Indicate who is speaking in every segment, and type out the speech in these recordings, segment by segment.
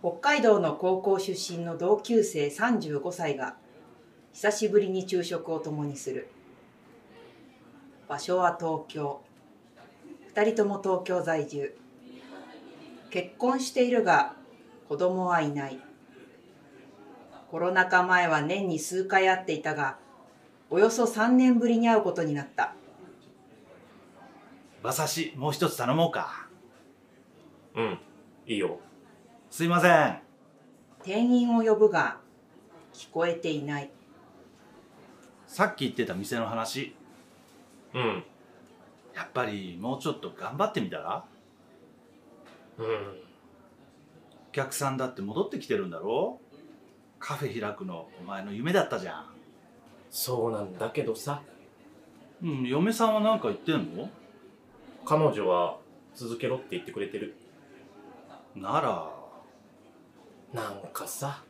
Speaker 1: 北海道の高校出身の同級生35歳が久しぶりに昼食を共にする場所は東京2人とも東京在住結婚しているが子供はいないコロナ禍前は年に数回会っていたがおよそ3年ぶりに会うことになった
Speaker 2: 馬刺しもう一つ頼もうか
Speaker 3: うんいいよ
Speaker 2: すいません
Speaker 1: 店員を呼ぶが聞こえていない
Speaker 2: さっき言ってた店の話
Speaker 3: うん
Speaker 2: やっぱりもうちょっと頑張ってみたら
Speaker 3: うん
Speaker 2: お客さんだって戻ってきてるんだろカフェ開くのお前の夢だったじゃ
Speaker 3: そうなんだけどさ
Speaker 2: んうん嫁さんは何か言ってんの
Speaker 3: 彼女は続けろって言ってくれてる
Speaker 2: なら
Speaker 3: なんかさ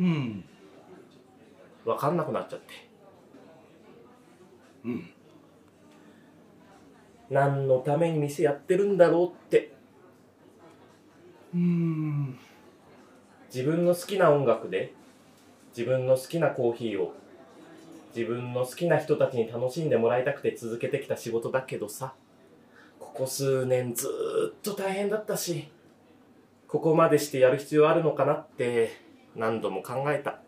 Speaker 2: うん
Speaker 3: 分かんなくなっちゃって
Speaker 2: うん
Speaker 3: 何のために店やってるんだろうって
Speaker 2: うん
Speaker 3: 自分の好きな音楽で自分の好きなコーヒーを自分の好きな人たちに楽しんでもらいたくて続けてきた仕事だけどさここ数年ずーっと大変だったしここまでしてやる必要あるのかなって何度も考えた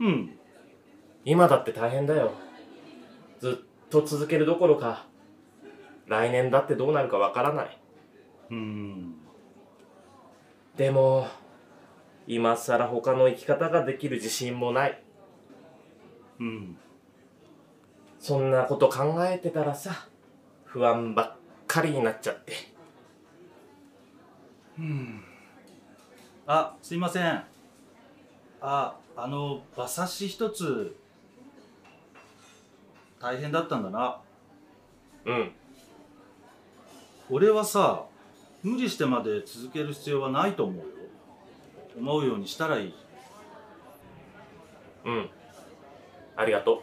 Speaker 2: うん
Speaker 3: 今だって大変だよずっと続けるどころか来年だってどうなるかわからない
Speaker 2: うん
Speaker 3: でも今更他の生き方ができる自信もない
Speaker 2: うん
Speaker 3: そんなこと考えてたらさ不安ばっかりになっちゃって
Speaker 2: うんあすいませんああの馬刺し一つ大変だったんだな
Speaker 3: うん
Speaker 2: 俺はさ無理してまで続ける必要はないと思うよ思うようにしたらいい
Speaker 3: うんありがと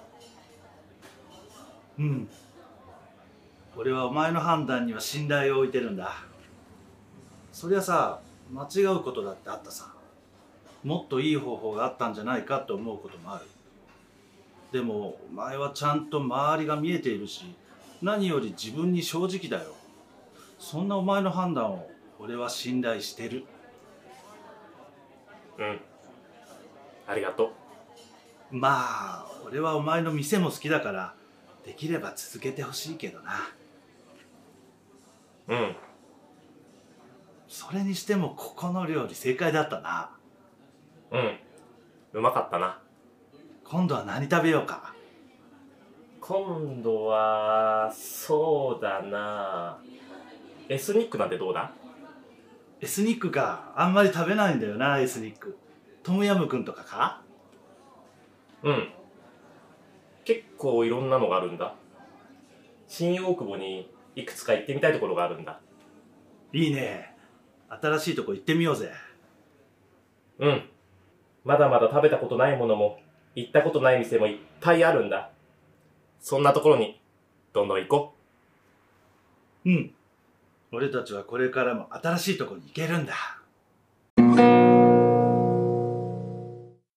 Speaker 2: うん俺はお前の判断には信頼を置いてるんだそりゃさ間違うことだってあったさもっといい方法があったんじゃないかって思うこともあるでもお前はちゃんと周りが見えているし何より自分に正直だよそんなお前の判断を俺は信頼してる
Speaker 3: ううんありがと
Speaker 2: まあ俺はお前の店も好きだからできれば続けてほしいけどな
Speaker 3: ううん
Speaker 2: それにしてもここの料理正解だったな
Speaker 3: うんうまかったな
Speaker 2: 今度は何食べようか
Speaker 3: 今度はそうだなエスニックなんてどうだ
Speaker 2: エスニックかあんまり食べないんだよなエスニックトムヤムクンとかか
Speaker 3: うん結構いろんなのがあるんだ新大久保にいくつか行ってみたいところがあるんだ
Speaker 2: いいね新しいとこ行ってみようぜ
Speaker 3: うん。まだまだ食べたことないものも、行ったことない店もいっぱいあるんだ。そんなところに、どんどん行こ
Speaker 2: うん俺たちはこれからも新しいとこに行けるんだ